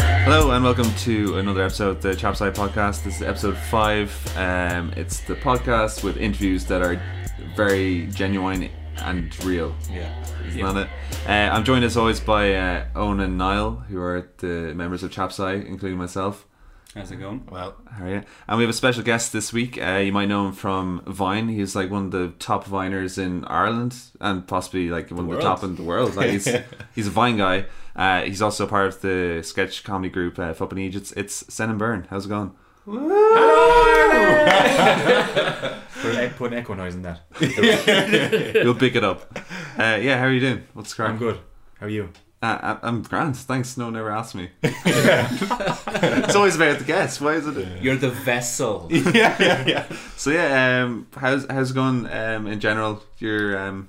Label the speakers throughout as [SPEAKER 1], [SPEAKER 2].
[SPEAKER 1] and welcome to another episode of the Chapside Podcast. This is episode five. Um, it's the podcast with interviews that are very genuine and real,
[SPEAKER 2] Yeah.
[SPEAKER 1] isn't that it? Uh, I'm joined as always by uh, Owen and Niall, who are the members of Chapside, including myself.
[SPEAKER 2] How's it going?
[SPEAKER 3] Well,
[SPEAKER 1] How are you? And we have a special guest this week. Uh, you might know him from Vine. He's like one of the top Viners in Ireland and possibly like one of the
[SPEAKER 3] world.
[SPEAKER 1] top in the world. Like he's, he's a Vine guy. Uh, he's also part of the sketch comedy group uh, Fuppin' Eats. It's, it's Sen and Burn. How's it going?
[SPEAKER 4] Put an, e- put an echo noise in that.
[SPEAKER 1] You'll pick it up. Uh, yeah, how are you doing? What's
[SPEAKER 4] I'm
[SPEAKER 1] going?
[SPEAKER 4] good. How are you?
[SPEAKER 1] Uh, I- I'm grand. Thanks. No one ever asked me. it's always about the guest. Why is it?
[SPEAKER 2] You're the vessel.
[SPEAKER 1] yeah, yeah, yeah. So yeah, um, how's how's it going um, in general? Your um,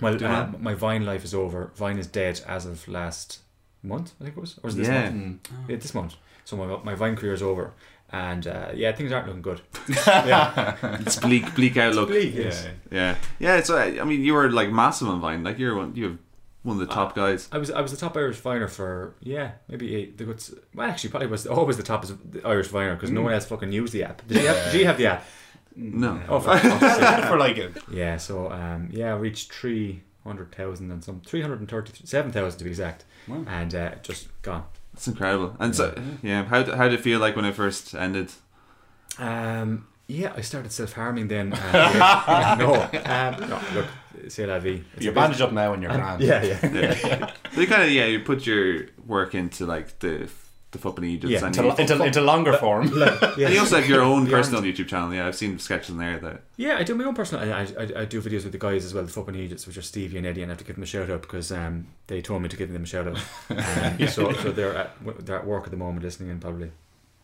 [SPEAKER 4] Well,
[SPEAKER 1] Doing
[SPEAKER 4] uh, my Vine life is over. Vine is dead as of last month, I think it was, or was it this
[SPEAKER 1] Yeah.
[SPEAKER 4] month? Yeah, this month. So my my Vine career is over, and uh, yeah, things aren't looking good.
[SPEAKER 1] it's bleak, bleak outlook.
[SPEAKER 4] Yes.
[SPEAKER 1] Yeah, yeah. It's uh, I mean, you were like massive on Vine. Like you're one, you have one of the top guys.
[SPEAKER 4] I was I was the top Irish Viner for yeah maybe eight, the good well actually probably was always the top Irish Viner because no one else fucking used the app. Did you have, did you have the app?
[SPEAKER 1] No,
[SPEAKER 4] Oh, for fuck's sake.
[SPEAKER 3] for like a
[SPEAKER 4] Yeah, so um, yeah, I reached three hundred thousand and some three hundred and thirty seven thousand to be exact,
[SPEAKER 2] Wow.
[SPEAKER 4] and uh, just gone.
[SPEAKER 1] it's incredible. And so, yeah. How d- how did it feel like when it first ended?
[SPEAKER 4] Um, yeah, I started self harming then. and, uh, no, um, no, look, c'est la vie. It's
[SPEAKER 3] you're
[SPEAKER 4] a business.
[SPEAKER 3] bandaged up now and
[SPEAKER 2] Uh,
[SPEAKER 3] you're grand.
[SPEAKER 4] Yeah, yeah.
[SPEAKER 1] Yeah. so you kind of yeah, you put your work into like the the fucking Egypt.
[SPEAKER 4] Yeah,
[SPEAKER 1] and,
[SPEAKER 3] Into,
[SPEAKER 1] you,
[SPEAKER 3] into, into longer form.
[SPEAKER 1] and you
[SPEAKER 4] Yeah.
[SPEAKER 1] also have your own personal YouTube channel. Yeah, I've seen sketches in there that
[SPEAKER 4] yeah, I do my own personal. I, I, I do videos with the guys as well, the fucking idiots, which are Stevie and Eddie, and I have to give them a shout out because um, they told me to give them a shout out. Um, so, so they're at they're at work at the moment listening in probably.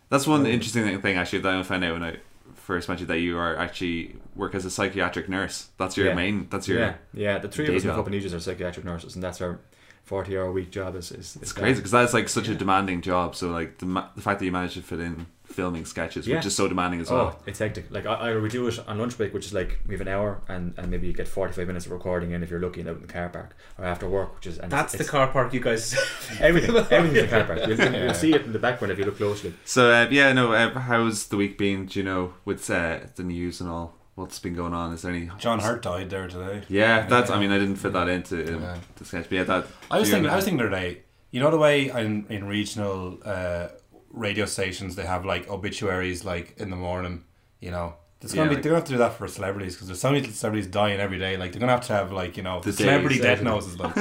[SPEAKER 1] that's one interesting thing actually that I found out when I first mentioned that you are actually work as a psychiatric nurse. That's your
[SPEAKER 4] Yeah.
[SPEAKER 1] main. That's your.
[SPEAKER 4] yeah, yeah. The three of
[SPEAKER 1] day
[SPEAKER 4] us in
[SPEAKER 1] job.
[SPEAKER 4] fucking idiots are psychiatric nurses, and that's our forty-hour week job. Is, is, is
[SPEAKER 1] It's
[SPEAKER 4] that.
[SPEAKER 1] crazy because that's like such a demanding job. So like the, ma- the fact that you managed to fit in filming sketches,
[SPEAKER 4] Yeah.
[SPEAKER 1] which is so demanding as
[SPEAKER 4] Oh,
[SPEAKER 1] well.
[SPEAKER 4] it's hectic. Like I, I we do it on lunch break, which is like we have an hour and, and maybe you get forty five minutes of recording in if you're lucky and out in the car park or after work, which is and
[SPEAKER 2] That's the
[SPEAKER 4] it's,
[SPEAKER 2] car park you guys.
[SPEAKER 4] it's everything everything's in the car park. You'll, you'll see it in the background if you look closely.
[SPEAKER 1] So uh, yeah, no. Uh, how's the week been? Do you know with uh, the news and all? What's been going on? Is there any?
[SPEAKER 3] John Hurt died there today.
[SPEAKER 1] Yeah, that's. I mean, I didn't fit that into um,
[SPEAKER 3] Yeah.
[SPEAKER 1] the sketch. But yeah, that.
[SPEAKER 3] I was
[SPEAKER 1] do you
[SPEAKER 3] thinking. I
[SPEAKER 1] know-
[SPEAKER 3] was thinking the other day. You know the way in in regional uh, radio stations they have like obituaries like in the morning. You know. It's gonna
[SPEAKER 1] Yeah,
[SPEAKER 3] be,
[SPEAKER 1] like-
[SPEAKER 3] they're gonna have to do that for celebrities because there's so many celebrities dying every day. Like they're gonna have to have like you know
[SPEAKER 1] The
[SPEAKER 3] celebrity
[SPEAKER 1] days.
[SPEAKER 3] death noses, like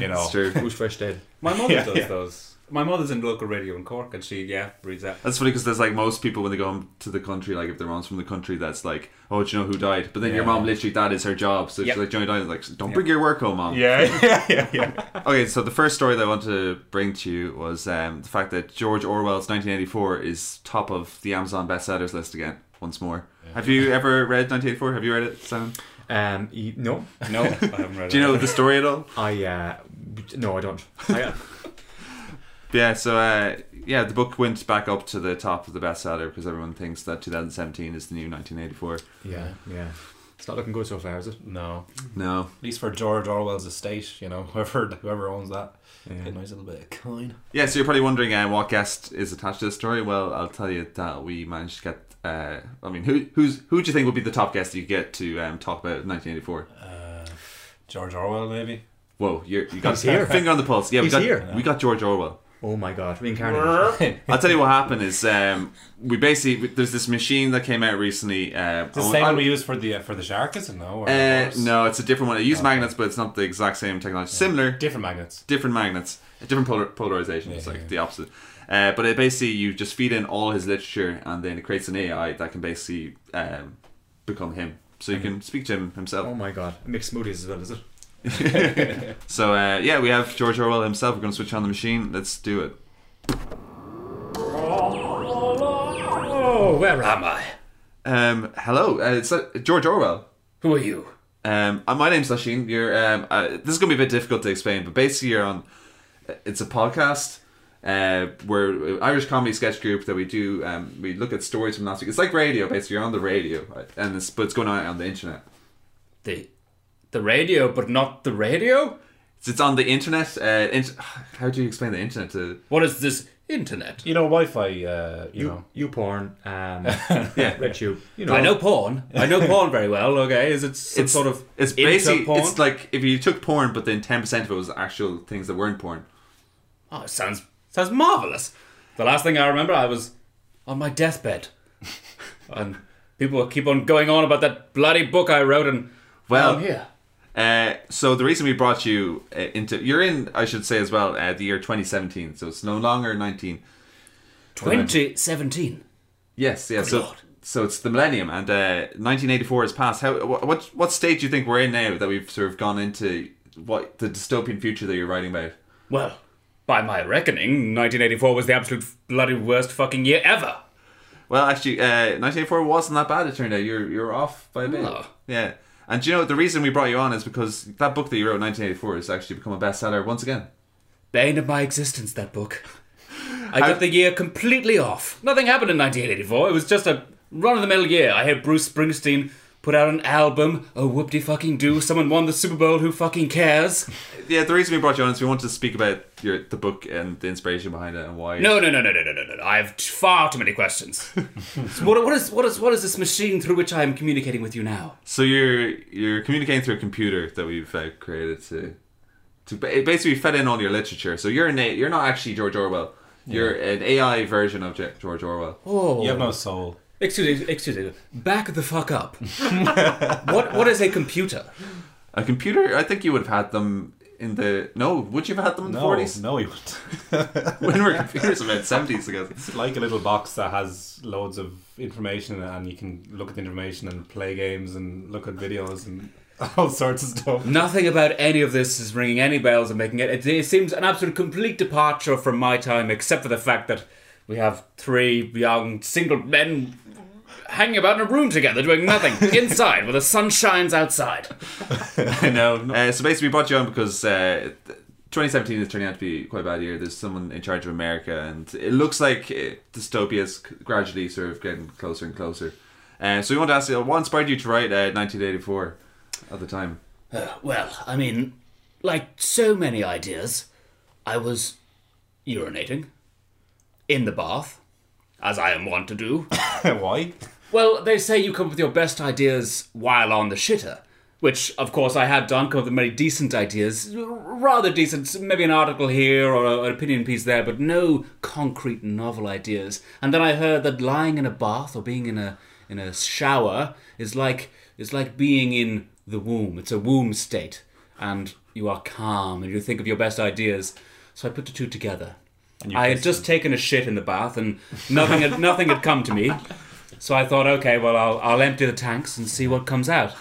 [SPEAKER 3] you know.
[SPEAKER 1] It's true.
[SPEAKER 4] Who's fresh dead?
[SPEAKER 2] My mother
[SPEAKER 3] Yeah,
[SPEAKER 2] does
[SPEAKER 3] yeah.
[SPEAKER 2] those. My mother's in local radio in Cork, and she yeah reads that.
[SPEAKER 1] That's funny because there's like most people when they go home to the country, like if their mom's from the country, that's like, oh, do you know who died? But then your
[SPEAKER 3] Yeah.
[SPEAKER 1] mom literally that is her job. So
[SPEAKER 2] Yep.
[SPEAKER 1] she's like, Johnny died. Like, don't
[SPEAKER 2] Yep.
[SPEAKER 1] bring your work home, mom.
[SPEAKER 3] Yeah, yeah, yeah, yeah.
[SPEAKER 1] Okay, so the first story that I want to bring to you was um, the fact that George Orwell's 1984 is top of the Amazon bestsellers list again, once more. Have you ever read 1984? Have you read it, Sam?
[SPEAKER 4] Um, e- no,
[SPEAKER 2] No, I haven't read.
[SPEAKER 1] Do you
[SPEAKER 2] it.
[SPEAKER 1] know the story at all?
[SPEAKER 4] I uh, no, I don't. I,
[SPEAKER 1] Yeah, so uh, yeah, the book went back up to the top of the bestseller because everyone thinks that 2017 is the new 1984.
[SPEAKER 4] yeah, yeah. It's not looking good so far, is it?
[SPEAKER 3] No,
[SPEAKER 1] No.
[SPEAKER 3] at least for George Orwell's estate, you know, whoever whoever owns that,
[SPEAKER 4] Yeah.
[SPEAKER 3] a nice little bit of coin.
[SPEAKER 1] Yeah, so you're probably wondering uh, what guest is attached to this story. Well, I'll tell you that we managed to get. Uh, I mean, who who's who do you think would be the top guest you get to um, talk about 1984?
[SPEAKER 3] Uh, George Orwell, maybe.
[SPEAKER 1] Whoa, you're, you got
[SPEAKER 4] He's here.
[SPEAKER 1] finger on the pulse. Yeah, we
[SPEAKER 4] He's
[SPEAKER 1] got
[SPEAKER 4] here.
[SPEAKER 1] we got George Orwell.
[SPEAKER 4] Oh my God, reincarnated.
[SPEAKER 1] I'll tell you what happened is um, we basically we- there's this machine that came out recently. Uh,
[SPEAKER 3] It's the
[SPEAKER 1] on-
[SPEAKER 3] same
[SPEAKER 1] on-
[SPEAKER 3] one we use for the uh, for the shark, is it no? Or
[SPEAKER 1] uh,
[SPEAKER 3] or-
[SPEAKER 1] no, it's a different one. It used
[SPEAKER 3] Okay.
[SPEAKER 1] magnets, but it's not the exact same technology. Similar,
[SPEAKER 3] different magnets.
[SPEAKER 1] different magnets, different polar- polarization. It's
[SPEAKER 3] Yeah,
[SPEAKER 1] like
[SPEAKER 3] yeah.
[SPEAKER 1] the opposite. Uh, but it basically you just feed in all his literature, and then it creates an AI that can basically um, become him. So you can speak to him himself.
[SPEAKER 4] Oh my God, mixed smoothies as well, is it?
[SPEAKER 1] So uh, yeah, we have George Orwell himself. We're going to switch on the machine. Let's do it.
[SPEAKER 5] Oh, where am I?
[SPEAKER 1] Um, hello, uh, it's uh, George Orwell.
[SPEAKER 5] Who are you?
[SPEAKER 1] Um, uh, my name's Lasheen. You're um, uh, this is gonna be a bit difficult to explain, but basically you're on. uh, It's a podcast. Uh, we're uh, Irish comedy sketch group that we do. Um, we look at stories from last week. It's like radio, basically. You're on the radio, right? and it's but it's going on on the internet.
[SPEAKER 5] The the radio, but not the radio?
[SPEAKER 1] It's, it's on the internet. Uh, int- how do you explain the internet to?
[SPEAKER 5] What is this internet.
[SPEAKER 3] You know, Wi-Fi. Uh, you,
[SPEAKER 4] You,
[SPEAKER 3] know,
[SPEAKER 4] you porn. Um, yeah, let you. You know.
[SPEAKER 5] I know porn. I know porn very well. Okay, is it some
[SPEAKER 1] It's-
[SPEAKER 5] sort of
[SPEAKER 1] It's
[SPEAKER 5] into
[SPEAKER 1] basically
[SPEAKER 5] porn?
[SPEAKER 1] it's like if you took porn, but then ten percent of it was actual things that weren't porn.
[SPEAKER 5] Oh, it sounds sounds marvelous. The last thing I remember, I was on my deathbed, and people keep on going on about that bloody book I wrote, and
[SPEAKER 1] Well,
[SPEAKER 5] I'm here.
[SPEAKER 1] Uh, so the reason we brought you uh, into you're in I should say as well uh, the year 2017 so it's no longer 19
[SPEAKER 5] 2017.
[SPEAKER 1] yes yeah
[SPEAKER 5] Good
[SPEAKER 1] so
[SPEAKER 5] Lord.
[SPEAKER 1] so it's the millennium and uh, 1984 has passed how wh- what what state do you think we're in now that we've sort of gone into what the dystopian future that you're writing about
[SPEAKER 5] Well, by my reckoning, 1984 was the absolute bloody worst fucking year ever.
[SPEAKER 1] well actually uh, 1984 wasn't that bad it turned out you're you're off by a bit
[SPEAKER 5] Oh.
[SPEAKER 1] yeah and do you know the reason we brought you on is because that book that you wrote in 1984 has actually become a bestseller once again
[SPEAKER 5] Bane of my existence, that book. I got the year completely off. Nothing happened in 1984. It was just a run of the mill year. I heard Bruce Springsteen put out an album. Oh, whoop de fucking do. Someone won the Super Bowl. Who fucking cares?
[SPEAKER 1] yeah the reason we brought you on is we wanted to speak about your the book and the inspiration behind it and why
[SPEAKER 5] No, no, no, no, no, no, no, no. I have t- far too many questions. So what, what, is, what, is, what is this machine through which I am communicating with you now?
[SPEAKER 1] So you're you're communicating through a computer that we've uh, created to to ba- basically we fed in all your literature. So you're an a, you're not actually George Orwell. You're an AI version of Ge- George Orwell.
[SPEAKER 5] Oh.
[SPEAKER 3] you have no soul.
[SPEAKER 5] Excuse me, excuse me. Back the fuck up. what What is a computer?
[SPEAKER 1] A computer? I think you would have had them in the no. Would you have had them in the
[SPEAKER 3] No,
[SPEAKER 1] forties?
[SPEAKER 3] no, he wouldn't.
[SPEAKER 1] When were computers about seventies ago?
[SPEAKER 3] It's like a little box that has loads of information, in it and you can look at the information and play games and look at videos and all sorts of stuff.
[SPEAKER 5] Nothing about any of this is ringing any bells and making it. It, it seems an absolute complete departure from my time, except for the fact that we have three young single men hanging about in a room together doing nothing inside where the sun shines outside.
[SPEAKER 1] I know. Uh, so basically, we brought you on because uh, th- 2017 is turning out to be quite a bad year. There's someone in charge of America, and it looks like uh, dystopia is c- gradually sort of getting closer and closer. Uh, so we want to ask you, what inspired you to write uh, 1984 at the time?
[SPEAKER 5] Well, I mean, like so many ideas, I was urinating in the bath, as I am wont to do.
[SPEAKER 3] Why?
[SPEAKER 5] Well, they say you come up with your best ideas while on the shitter, which, of course, I had done. Come up with many decent ideas, r- rather decent, maybe an article here or a- an opinion piece there, but no concrete novel ideas. And then I heard that lying in a bath or being in a in a shower is like is like being in the womb. It's a womb state, and you are calm and you think of your best ideas. So I put the two together. I had just taken a shit in the bath, and nothing had, nothing had come to me. So I thought, okay, well, I'll, I'll empty the tanks and see what comes out.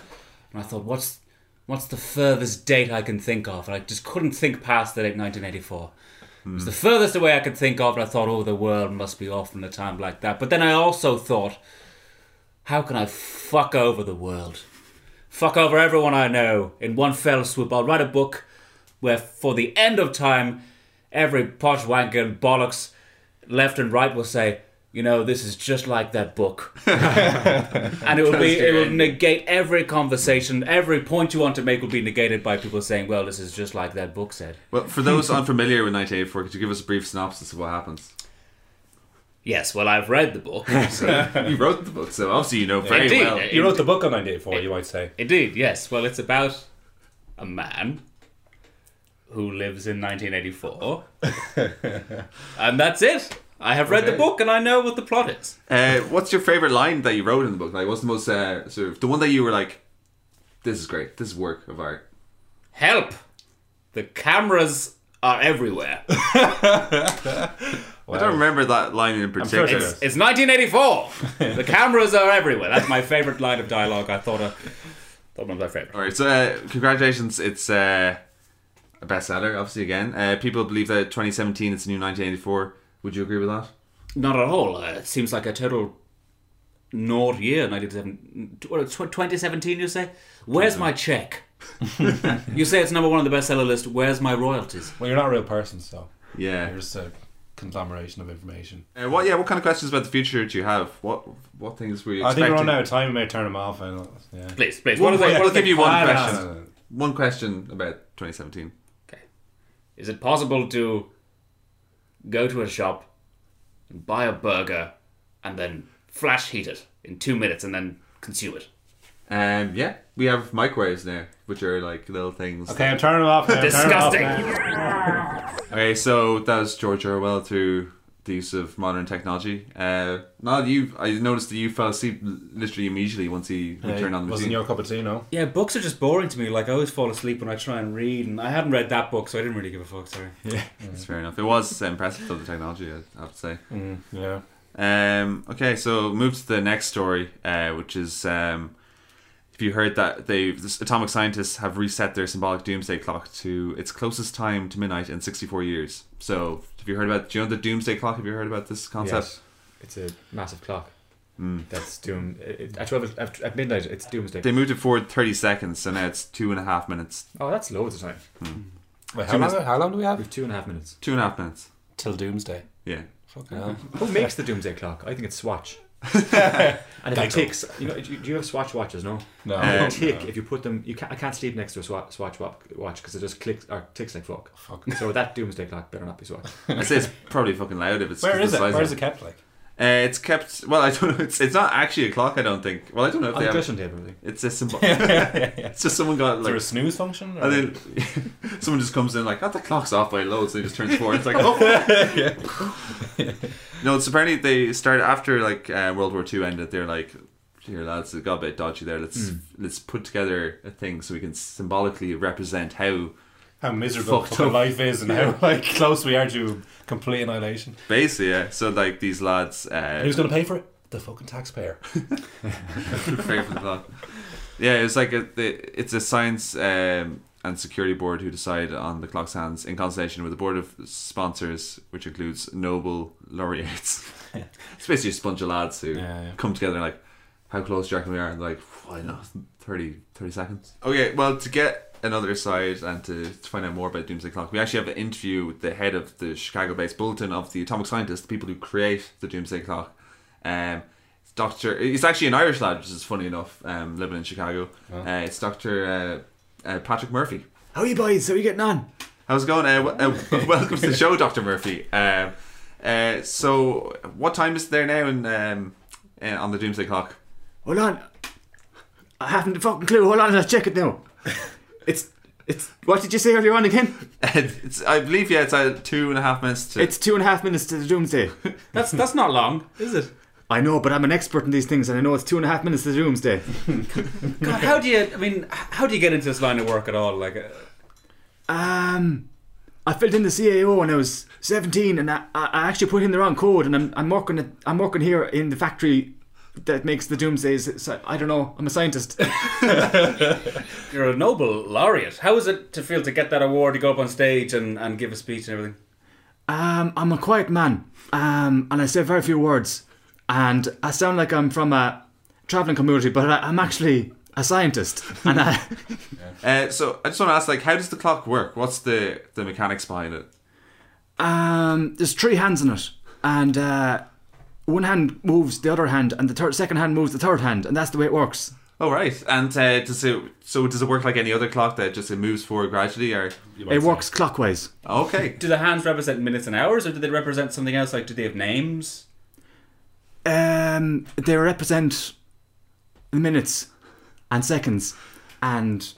[SPEAKER 5] And I thought, what's what's the furthest date I can think of? And I just couldn't think past the date 1984. It was the furthest away I could think of, and I thought, oh, the world must be off in a time like that. But then I also thought, how can I fuck over the world? Fuck over everyone I know in one fell swoop. I'll write a book where, for the end of time, every posh wanker and bollocks left and right will say, you know, this is just like that book. and it will be it will negate every conversation, every point you want to make will be negated by people saying, Well, this is just like that book said.
[SPEAKER 1] Well, for those unfamiliar with 1984, could you give us a brief synopsis of what happens?
[SPEAKER 5] Yes, well I've read the book.
[SPEAKER 1] you wrote the book, so obviously you know very
[SPEAKER 5] Indeed.
[SPEAKER 1] well.
[SPEAKER 3] You wrote the book on 1984, you might say.
[SPEAKER 5] Indeed, yes. Well it's about a man who lives in nineteen eighty four. and that's it. I have read the
[SPEAKER 1] Okay.
[SPEAKER 5] book and I know what the plot is.
[SPEAKER 1] Uh, what's your favorite line that you wrote in the book? Like, what's the most uh, sort of the one that you were like, "This is great. This is work of art."
[SPEAKER 5] Help! The cameras are everywhere.
[SPEAKER 1] I don't remember that line in particular.
[SPEAKER 3] sure
[SPEAKER 5] It's, it's 1984. the cameras are everywhere. That's my favorite line of dialogue. I thought, uh, thought one of my favorite.
[SPEAKER 1] All right, so uh, congratulations! It's uh, a bestseller, obviously. Again, uh, people believe that 2017 is the new 1984. Would you agree with that?
[SPEAKER 5] Not at all. Uh, it seems like a total naught year. uh, 1970 what, it's 2017. You say? Where's my check? you say it's number one on the bestseller list. Where's my royalties?
[SPEAKER 3] Well, you're not a real person, so
[SPEAKER 1] Yeah.
[SPEAKER 3] you're just a conglomeration of information.
[SPEAKER 1] Uh, what? Yeah. What kind of questions about the future do you have? What What things were you
[SPEAKER 3] I
[SPEAKER 1] expecting?
[SPEAKER 3] think we're on out of time. We may turn them off. I don't, yeah.
[SPEAKER 5] Please, please.
[SPEAKER 1] One,
[SPEAKER 5] What are they?
[SPEAKER 1] we'll
[SPEAKER 5] What are
[SPEAKER 1] give
[SPEAKER 5] they?
[SPEAKER 1] you one
[SPEAKER 3] I don't
[SPEAKER 1] question.
[SPEAKER 3] know.
[SPEAKER 1] One question about 2017.
[SPEAKER 5] Okay. Is it possible to go to a shop, buy a burger, and then flash heat it in two minutes and then consume it.
[SPEAKER 1] Um, yeah, we have microwaves now, which are like little things.
[SPEAKER 3] Okay, I'm turning it off. now, I'm turning it off
[SPEAKER 5] Disgusting.
[SPEAKER 3] now.
[SPEAKER 1] Okay, so that was George Orwell through the use of modern technology. Uh, now that you, I noticed that you fell asleep literally immediately once he we
[SPEAKER 3] Yeah,
[SPEAKER 1] turned on the
[SPEAKER 3] wasn't
[SPEAKER 1] machine.
[SPEAKER 3] your cup of tea, no?
[SPEAKER 2] Yeah, books are just boring to me. Like I always fall asleep when I try and read, and I hadn't read that book, so I didn't really give a fuck. Sorry.
[SPEAKER 1] That's fair enough. It was impressive though the technology, I have to say.
[SPEAKER 3] Mm, yeah.
[SPEAKER 1] Um, okay, so move to the next story, uh, which is um, if you heard that they this atomic scientists have reset their symbolic doomsday clock to its closest time to midnight in 64 years. So, have you heard about? Do you know the doomsday clock? Have you heard about this concept?
[SPEAKER 4] It's a massive clock.
[SPEAKER 1] Mm.
[SPEAKER 4] That's doom. It, at twelve at, at midnight, it's doomsday.
[SPEAKER 1] They moved it forward 30 seconds, so now it's two and a half minutes.
[SPEAKER 4] Oh, that's loads of time.
[SPEAKER 3] Wait,
[SPEAKER 1] Two
[SPEAKER 3] how, long, how long do we have?
[SPEAKER 4] We've two and a half minutes.
[SPEAKER 1] Two and a half minutes.
[SPEAKER 2] Till doomsday.
[SPEAKER 1] Yeah.
[SPEAKER 3] Fucking
[SPEAKER 5] Oh.
[SPEAKER 3] hell.
[SPEAKER 4] Who makes the doomsday clock? I think it's Swatch. and if it
[SPEAKER 3] Geico.
[SPEAKER 4] ticks, you know, do you- do you have Swatch watches? No.
[SPEAKER 3] No.
[SPEAKER 1] Uh,
[SPEAKER 4] If they tick, if you put them, you can't, I can't sleep next to a Swatch, Swatch wa- watch because it just clicks or ticks like fuck.
[SPEAKER 3] Fuck.
[SPEAKER 4] So that doomsday clock better not be Swatch.
[SPEAKER 1] I say it's probably fucking loud if it's.
[SPEAKER 3] Where is
[SPEAKER 1] the
[SPEAKER 3] it?
[SPEAKER 1] size
[SPEAKER 3] Where
[SPEAKER 1] of
[SPEAKER 3] is it kept? Like,
[SPEAKER 1] Uh, it's kept. Well, I don't know. It's, it's not actually a clock. I don't think. Well, I don't know if
[SPEAKER 4] On
[SPEAKER 1] they
[SPEAKER 4] the
[SPEAKER 1] have.
[SPEAKER 4] dressing table, I think.
[SPEAKER 1] It's a symbol. it's just someone got
[SPEAKER 3] is
[SPEAKER 1] like
[SPEAKER 3] there a snooze function? or-
[SPEAKER 1] And then someone just comes in like, oh, the clock's off by loads, and he just turns forward. It's like, oh. no, it's apparently they started after like uh, World War Two ended. They're like, here lads, it got a bit dodgy there. Let's
[SPEAKER 3] Hmm.
[SPEAKER 1] let's put together a thing so we can symbolically represent how
[SPEAKER 3] how miserable
[SPEAKER 1] Fucked
[SPEAKER 3] fucking
[SPEAKER 1] up.
[SPEAKER 3] life is, and how like close we are to complete annihilation.
[SPEAKER 1] basically. Yeah. So like these lads, uh,
[SPEAKER 3] Who's going to pay for it? The fucking taxpayer.
[SPEAKER 1] Fair for the clock. Yeah, it's like a, the, it's a science um, and security board who decide on the clock's hands in consultation with a board of sponsors, which includes Nobel laureates. it's basically a bunch of lads who
[SPEAKER 3] Yeah, yeah.
[SPEAKER 1] come together and like, how close do you reckon we are? And like, why not? 30, 30 seconds. Okay, well, to get another side and to, to find out more about Doomsday Clock, we actually have an interview with the head of the Chicago based Bulletin of the Atomic Scientists, the people who create the Doomsday Clock. Um, it's Dr. It's actually an Irish lad, which is funny enough, um, living in Chicago. Uh, it's Dr. Uh, uh, Patrick Murphy.
[SPEAKER 4] How are you boys? How are you getting on?
[SPEAKER 1] How's it going? Uh, w- uh, welcome to the show, Dr. Murphy. Um, uh, so, what time is there now in, um, uh, on the Doomsday Clock?
[SPEAKER 4] Hold on. I haven't a fucking clue. Hold on, I'll check it now. It's it's. What did you say earlier on again?
[SPEAKER 1] it's, I believe, yeah, it's uh, two and a half minutes to.
[SPEAKER 4] It's two and a half minutes to the doomsday.
[SPEAKER 2] That's that's not long, is it?
[SPEAKER 4] I know, but I'm an expert in these things, and I know it's two and a half minutes to the doomsday.
[SPEAKER 2] God, how do you? I mean, h- how do you get into this line of work at all? Like, uh,
[SPEAKER 4] Um, I filled in the CAO when I was 17, and I, I I actually put in the wrong code, and I'm, I'm working at, I'm working here in the factory that makes the doomsdays. So I don't know. I'm a scientist.
[SPEAKER 2] you're a Nobel laureate. How is it to feel to get that award to go up on stage and, and give a speech and everything?
[SPEAKER 4] um, I'm a quiet man. Um, and I say very few words, and I sound like I'm from a traveling community, but I, I'm actually a scientist, and I.
[SPEAKER 1] Uh, so, I just want to ask, like, how does the clock work? What's the, the mechanics behind it?
[SPEAKER 4] Um, there's three hands in it, and uh, one hand moves the other hand, and the third, second hand moves the third hand, and that's the way it works.
[SPEAKER 1] Oh, right. And uh, does it, so, does it work like any other clock that just it moves forward gradually? or
[SPEAKER 4] It works clockwise.
[SPEAKER 1] Okay.
[SPEAKER 2] Do the hands represent minutes and hours, or do they represent something else? Like, do they have names?
[SPEAKER 4] Um, they represent minutes and seconds and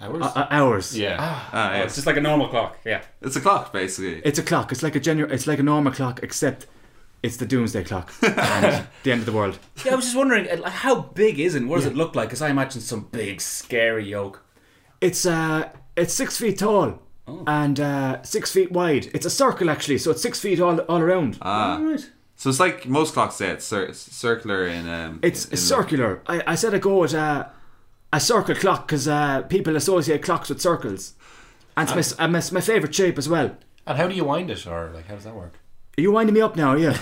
[SPEAKER 3] Hours?
[SPEAKER 4] uh, uh, hours.
[SPEAKER 3] yeah.
[SPEAKER 1] Ah,
[SPEAKER 2] Oh,
[SPEAKER 1] yes.
[SPEAKER 2] it's just like a normal clock. Yeah.
[SPEAKER 1] It's a clock, basically.
[SPEAKER 4] It's a clock. It's like a genu- It's like a normal clock, except it's the doomsday clock and the end of the world.
[SPEAKER 2] Yeah, I was just wondering, uh, like, how big is it? and What does it look like? Because I imagine some big, scary yoke.
[SPEAKER 4] It's uh, it's six feet tall and uh, six feet wide. It's a circle actually, so it's six feet all all around.
[SPEAKER 1] Ah.
[SPEAKER 2] Right.
[SPEAKER 1] So it's like most clocks say it's cir- circular in um
[SPEAKER 4] It's
[SPEAKER 1] in- in-
[SPEAKER 4] circular. I, I said I go at uh, a circle clock because uh, people associate clocks with circles, and it's my s- uh, my, s- my favorite shape as well.
[SPEAKER 3] And how do you wind it, or like how does that work?
[SPEAKER 4] Are you winding me up now? Yeah.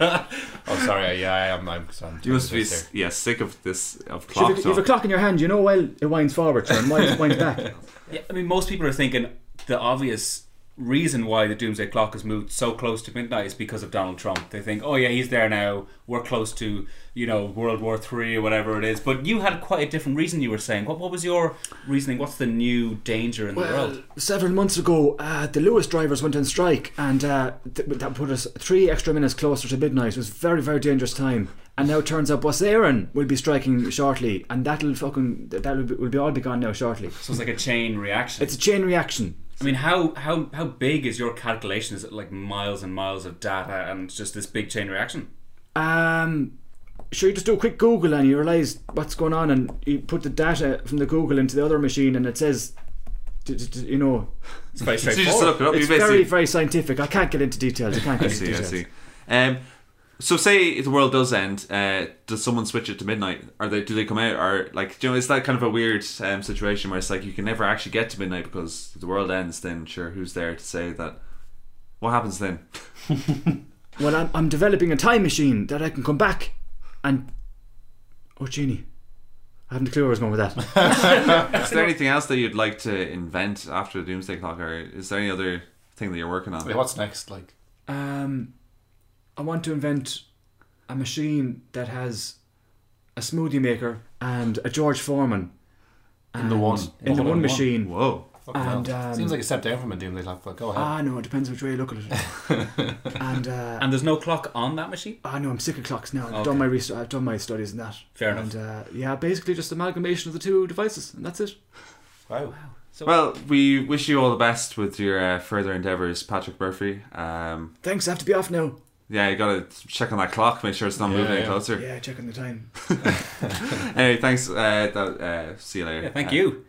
[SPEAKER 3] Oh, sorry. Yeah, I am. I'm. so I'm
[SPEAKER 1] You must be s- yeah sick of this of
[SPEAKER 4] If
[SPEAKER 1] clock
[SPEAKER 4] you've, you've a
[SPEAKER 1] talk.
[SPEAKER 4] clock in your hand, you know well it winds forward, so it winds, winds back.
[SPEAKER 2] Yeah, I mean, most people are thinking the obvious reason why the doomsday clock has moved so close to midnight is because of Donald Trump. They think, oh yeah, he's there now. We're close to you know World War Three or whatever it is. But you had quite a different reason. You were saying what? What was your reasoning? What's the new danger in the
[SPEAKER 4] Well,
[SPEAKER 2] world?
[SPEAKER 4] several months ago, uh, the Lewis drivers went on strike, and uh, th- that put us three extra minutes closer to midnight. It was a very, very dangerous time. And now it turns out Bus Aaron will be striking shortly, and that'll fucking that'll be, will be all be gone now shortly.
[SPEAKER 2] So it's like a chain reaction.
[SPEAKER 4] It's a chain reaction.
[SPEAKER 2] I mean, how how how big is your calculation? Is it like miles and miles of data and just this big chain reaction?
[SPEAKER 4] Um, sure, you just do a quick Google and you realise what's going on, and you put the data from the Google into the other machine, and it says, d- d- d- you know,
[SPEAKER 2] It's very
[SPEAKER 1] So you just
[SPEAKER 2] straightforward.
[SPEAKER 1] look it up.
[SPEAKER 4] it's
[SPEAKER 1] you basically,
[SPEAKER 4] very, very scientific. I can't get into details. I can't
[SPEAKER 1] I
[SPEAKER 4] get into
[SPEAKER 1] see, I
[SPEAKER 4] details.
[SPEAKER 1] see. Um, so say the world does end, uh, does someone switch it to midnight? Are they do they come out? Or like you know, it's that kind of a weird um, situation where it's like you can never actually get to midnight because if the world ends. Then sure, who's there to say that? What happens then?
[SPEAKER 4] Well, I'm, I'm developing a time machine that I can come back and. Oh, Genie. I haven't a clue where I was going with that.
[SPEAKER 1] Is there anything else that you'd like to invent after the Doomsday Clock, or is there any other thing that you're working on?
[SPEAKER 3] Wait, what's next? Like,
[SPEAKER 4] Um, I want to invent a machine that has a smoothie maker and a George Foreman.
[SPEAKER 3] In the
[SPEAKER 4] and-
[SPEAKER 3] one.
[SPEAKER 4] In the
[SPEAKER 3] All in one.
[SPEAKER 4] one machine.
[SPEAKER 1] Whoa!
[SPEAKER 3] fucking
[SPEAKER 4] And,
[SPEAKER 3] hell.
[SPEAKER 4] um,
[SPEAKER 3] seems like a step down from a Doomsday Clock, but go ahead.
[SPEAKER 4] Ah, no, it depends which way you look at it. and uh,
[SPEAKER 2] And there's no clock on that machine.
[SPEAKER 4] Ah no, I'm sick of clocks now. I've
[SPEAKER 2] Okay.
[SPEAKER 4] done my research. I've done my studies in that.
[SPEAKER 2] Fair enough.
[SPEAKER 4] And uh, yeah, basically just amalgamation of the two devices, and that's it.
[SPEAKER 3] wow.
[SPEAKER 1] Well, we wish you all the best with your uh, further endeavours, Patrick Murphy. Um,
[SPEAKER 4] Thanks. I have to be off now.
[SPEAKER 1] yeah, you gotta check on that clock, make sure it's not
[SPEAKER 3] Yeah,
[SPEAKER 1] moving any
[SPEAKER 3] yeah.
[SPEAKER 1] closer.
[SPEAKER 4] Yeah, checking the time.
[SPEAKER 1] Anyway, thanks. Uh, that, uh, see you later.
[SPEAKER 2] Yeah, thank
[SPEAKER 1] Uh,
[SPEAKER 2] you.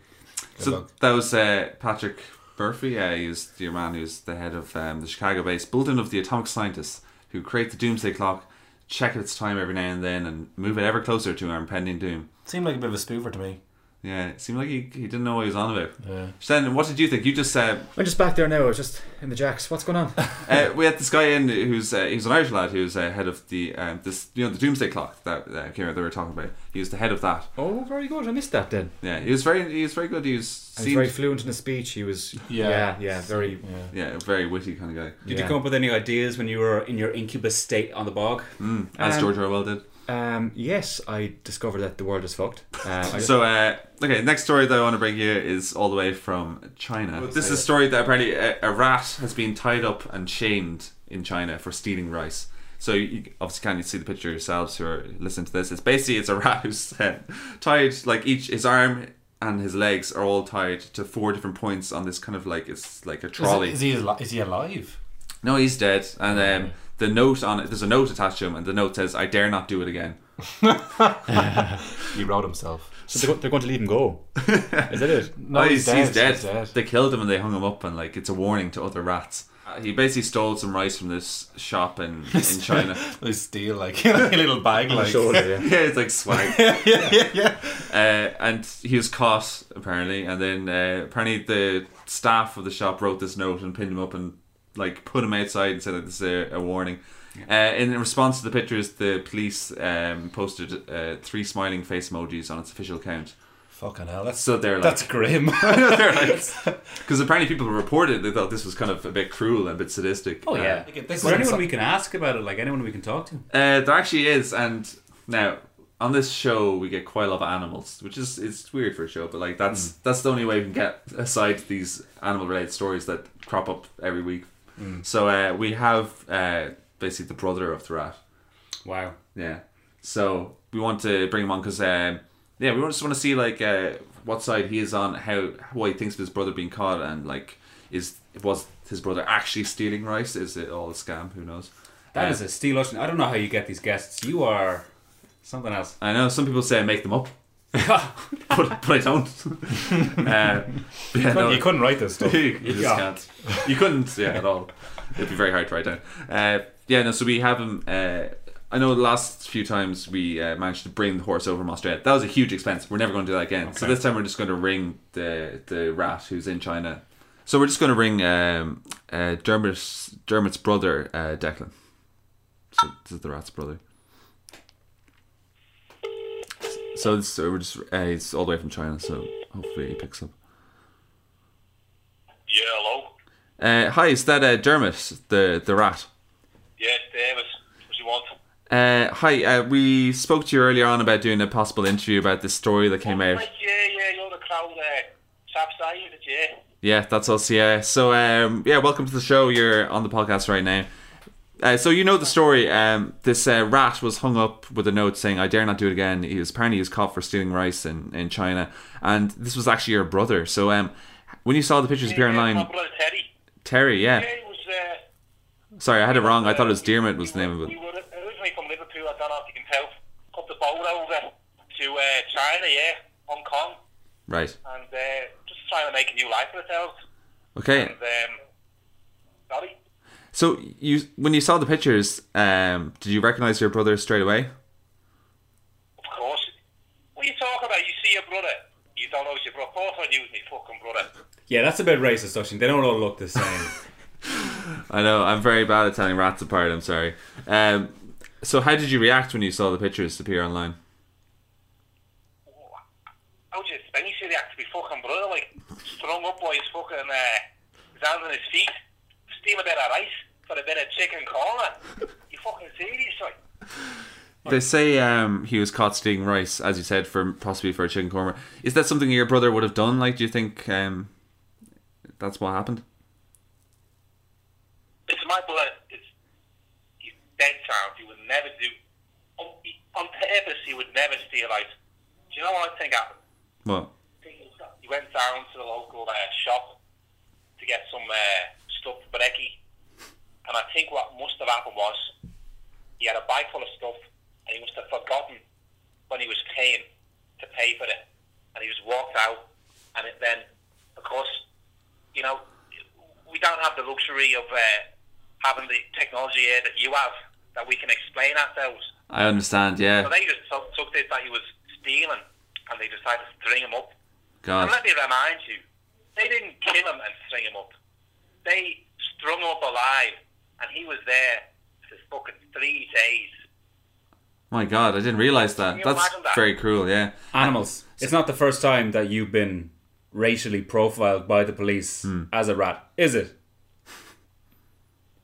[SPEAKER 1] So
[SPEAKER 3] Good luck.
[SPEAKER 1] that was uh, Patrick Murphy. Uh, he was your man who's the head of um, the Chicago-based Bulletin of the Atomic Scientists, who create the Doomsday Clock, check its time every now and then, and move it ever closer to our impending doom.
[SPEAKER 3] Seemed like a bit of a spoofer to me.
[SPEAKER 1] Yeah, it seemed like he, he didn't know what he was on about.
[SPEAKER 3] Yeah.
[SPEAKER 1] Then what did you think? You just said
[SPEAKER 4] I'm just back there now. I was just in the jacks. What's going on?
[SPEAKER 1] uh, we had this guy in who's uh, he's an Irish lad who's uh, head of the um, this you know the Doomsday Clock that uh, came out that we were talking about. He was the head of that.
[SPEAKER 4] oh, very good. I missed that then.
[SPEAKER 1] Yeah, he was very he was very good. He was
[SPEAKER 4] He
[SPEAKER 1] seemed,
[SPEAKER 4] was very fluent in his speech. He was.
[SPEAKER 3] Yeah.
[SPEAKER 4] Yeah, yeah, very.
[SPEAKER 3] Yeah.
[SPEAKER 1] yeah a very witty kind of guy.
[SPEAKER 2] Did
[SPEAKER 4] Yeah.
[SPEAKER 2] you come up with any ideas when you were in your incubus state on the bog?
[SPEAKER 1] Mm, as
[SPEAKER 4] Um,
[SPEAKER 1] George Orwell did.
[SPEAKER 4] Um, yes, I discovered that the world is fucked. Uh, I,
[SPEAKER 1] So, uh, okay, next story that I want to bring you is all the way from China. This is a story that apparently uh, a, a rat has been tied up and shamed in China for stealing rice. So you obviously can't see the picture yourselves who are listening to this. It's basically it's a rat who's uh, tied like each his arm and his legs are all tied to four different points on this kind of like it's like a trolley.
[SPEAKER 3] Is, he, is, he al- is he alive?
[SPEAKER 1] No, he's dead. And um, the note on it, there's a note attached to him, and the note says, "I dare not do it again."
[SPEAKER 3] He wrote himself.
[SPEAKER 4] so they're, go- they're going to leave him go. is that it?
[SPEAKER 3] No,
[SPEAKER 1] Oh, he's, he's dead. They killed him and they hung him up, and like it's a warning to other rats. Uh, he basically stole some rice from this shop in, in China.
[SPEAKER 3] They steal like a little bag, like
[SPEAKER 4] Shoulder, yeah.
[SPEAKER 1] yeah, it's like swag. yeah, yeah, yeah. Uh, and he was caught apparently, and then uh, apparently the staff of the shop wrote this note and pinned him up and like put him outside and said that this is a, a warning. Uh, in response to the pictures, the police um, posted uh, three smiling face emojis on its official account.
[SPEAKER 3] fucking hell. That's
[SPEAKER 1] So they're like,
[SPEAKER 3] that's grim.
[SPEAKER 1] Because apparently people reported they thought this was kind of a bit cruel and a bit sadistic.
[SPEAKER 2] Oh
[SPEAKER 1] Uh,
[SPEAKER 2] yeah.
[SPEAKER 3] Okay, this
[SPEAKER 2] Is
[SPEAKER 3] is
[SPEAKER 2] there anyone
[SPEAKER 3] inside-
[SPEAKER 2] we can ask about it? Like anyone we can talk to?
[SPEAKER 1] Uh, there actually is, and now on this show we get quite a lot of animals, which is it's weird for a show, but like that's
[SPEAKER 2] Mm.
[SPEAKER 1] that's the only way we can get aside these animal related stories that crop up every week.
[SPEAKER 2] Mm.
[SPEAKER 1] So uh, we have uh, basically the brother of the rat.
[SPEAKER 2] Wow.
[SPEAKER 1] Yeah. So we want to bring him on because um, yeah, we just want to see like uh, what side he is on, how what he thinks of his brother being caught, and like is was his brother actually stealing rice? Is it all a scam? Who knows?
[SPEAKER 2] that
[SPEAKER 1] Um,
[SPEAKER 2] is a steel ocean. I don't know how you get these guests. You are something else.
[SPEAKER 1] Uh, I know some people say I make them up, but, but I don't. uh, yeah, no,
[SPEAKER 3] you couldn't write this stuff.
[SPEAKER 1] you just can't. You couldn't, yeah, at all. It'd be very hard to write down. Uh, yeah, no. So we have him. Uh, I know the last few times we uh, managed to bring the horse over from Australia. That was a huge expense. We're never going to do that again. So
[SPEAKER 2] Okay.
[SPEAKER 1] this time we're just going to ring the the rat who's in China. So we're just going to ring um, uh, Dermot's Dermot's brother, uh, Declan. So this is the rat's brother. So, this, so we're just uh, it's all the way from China. So hopefully he picks up.
[SPEAKER 6] Yeah, hello.
[SPEAKER 1] Uh, hi, is that uh, Dermot, the the rat?
[SPEAKER 6] Yeah, David, what do you want?
[SPEAKER 1] Uh, hi, uh, we spoke to you earlier on about doing a possible interview about this story that came out.
[SPEAKER 6] Right, yeah, yeah, you're the crowd there. Sap's eye, is it, yeah?
[SPEAKER 1] Yeah, that's us. Yeah. So, um, yeah, welcome to the show. You're on the podcast right now. Uh, so you know the story. Um, this uh, rat was hung up with a note saying, "I dare not do it again." He was apparently he was caught for stealing rice in, in China, and this was actually your brother. So um, when you saw the pictures appear
[SPEAKER 6] Yeah,
[SPEAKER 1] online,
[SPEAKER 6] Top Brother Teddy.
[SPEAKER 1] Terry, yeah.
[SPEAKER 6] Yeah, he was, uh,
[SPEAKER 1] Sorry, I had it wrong. I thought it was Dermot was the name of
[SPEAKER 6] We
[SPEAKER 1] it.
[SPEAKER 6] were originally from Liverpool, I don't know if you can tell. Up the boat over to uh, China, yeah, Hong Kong,
[SPEAKER 1] Right.
[SPEAKER 6] and uh, just trying to make a new life for ourselves.
[SPEAKER 1] Okay.
[SPEAKER 6] And, um, sorry.
[SPEAKER 1] So you when you saw the pictures, um, did you recognize your brother straight away?
[SPEAKER 6] Of course. What are you talking about? You see your brother. You don't know it's your brother. Of course I knew it was my fucking brother.
[SPEAKER 2] Yeah, that's a bit racist, Dustin. They don't all look the same.
[SPEAKER 1] I know I'm very bad at telling rats apart. I'm sorry. Um, so how did you react when you saw the pictures appear online?
[SPEAKER 6] How do you think you see the act to be fucking brother? Like, strung up by his fucking, uh, his hands on his feet, steam a bit of rice for a bit of chicken corner. You fucking serious, like?
[SPEAKER 1] They say um, he was caught stealing rice, as you said, for possibly for a chicken korma. Is that something your brother would have done? Like, do you think um, that's what happened?
[SPEAKER 6] It's my blood. It's he's dead sound. He would never do on, he- on purpose. He would never steal out. Do you know what I think happened?
[SPEAKER 1] Well,
[SPEAKER 6] I think He went down to the local uh, shop to get some uh, stuff for brekkie, and I think what must have happened was he had a bag full of stuff, and he must have forgotten when he was paying to pay for it, and he was walked out, and it then, of course, you know, we don't have the luxury of uh, having the technology here that you have that we can explain ourselves.
[SPEAKER 1] I understand.
[SPEAKER 6] So
[SPEAKER 1] Yeah,
[SPEAKER 6] they just took, took this that he was stealing, and they decided to string him up.
[SPEAKER 1] God,
[SPEAKER 6] And let me remind you, they didn't kill him and string him up. They strung him up alive, and he was there for fucking three days.
[SPEAKER 1] my God, I didn't realize that.
[SPEAKER 6] you
[SPEAKER 1] That's
[SPEAKER 6] imagine that?
[SPEAKER 1] very cruel. Yeah,
[SPEAKER 2] Animals. It's not the first time that you've been racially profiled by the police as a rat, is it?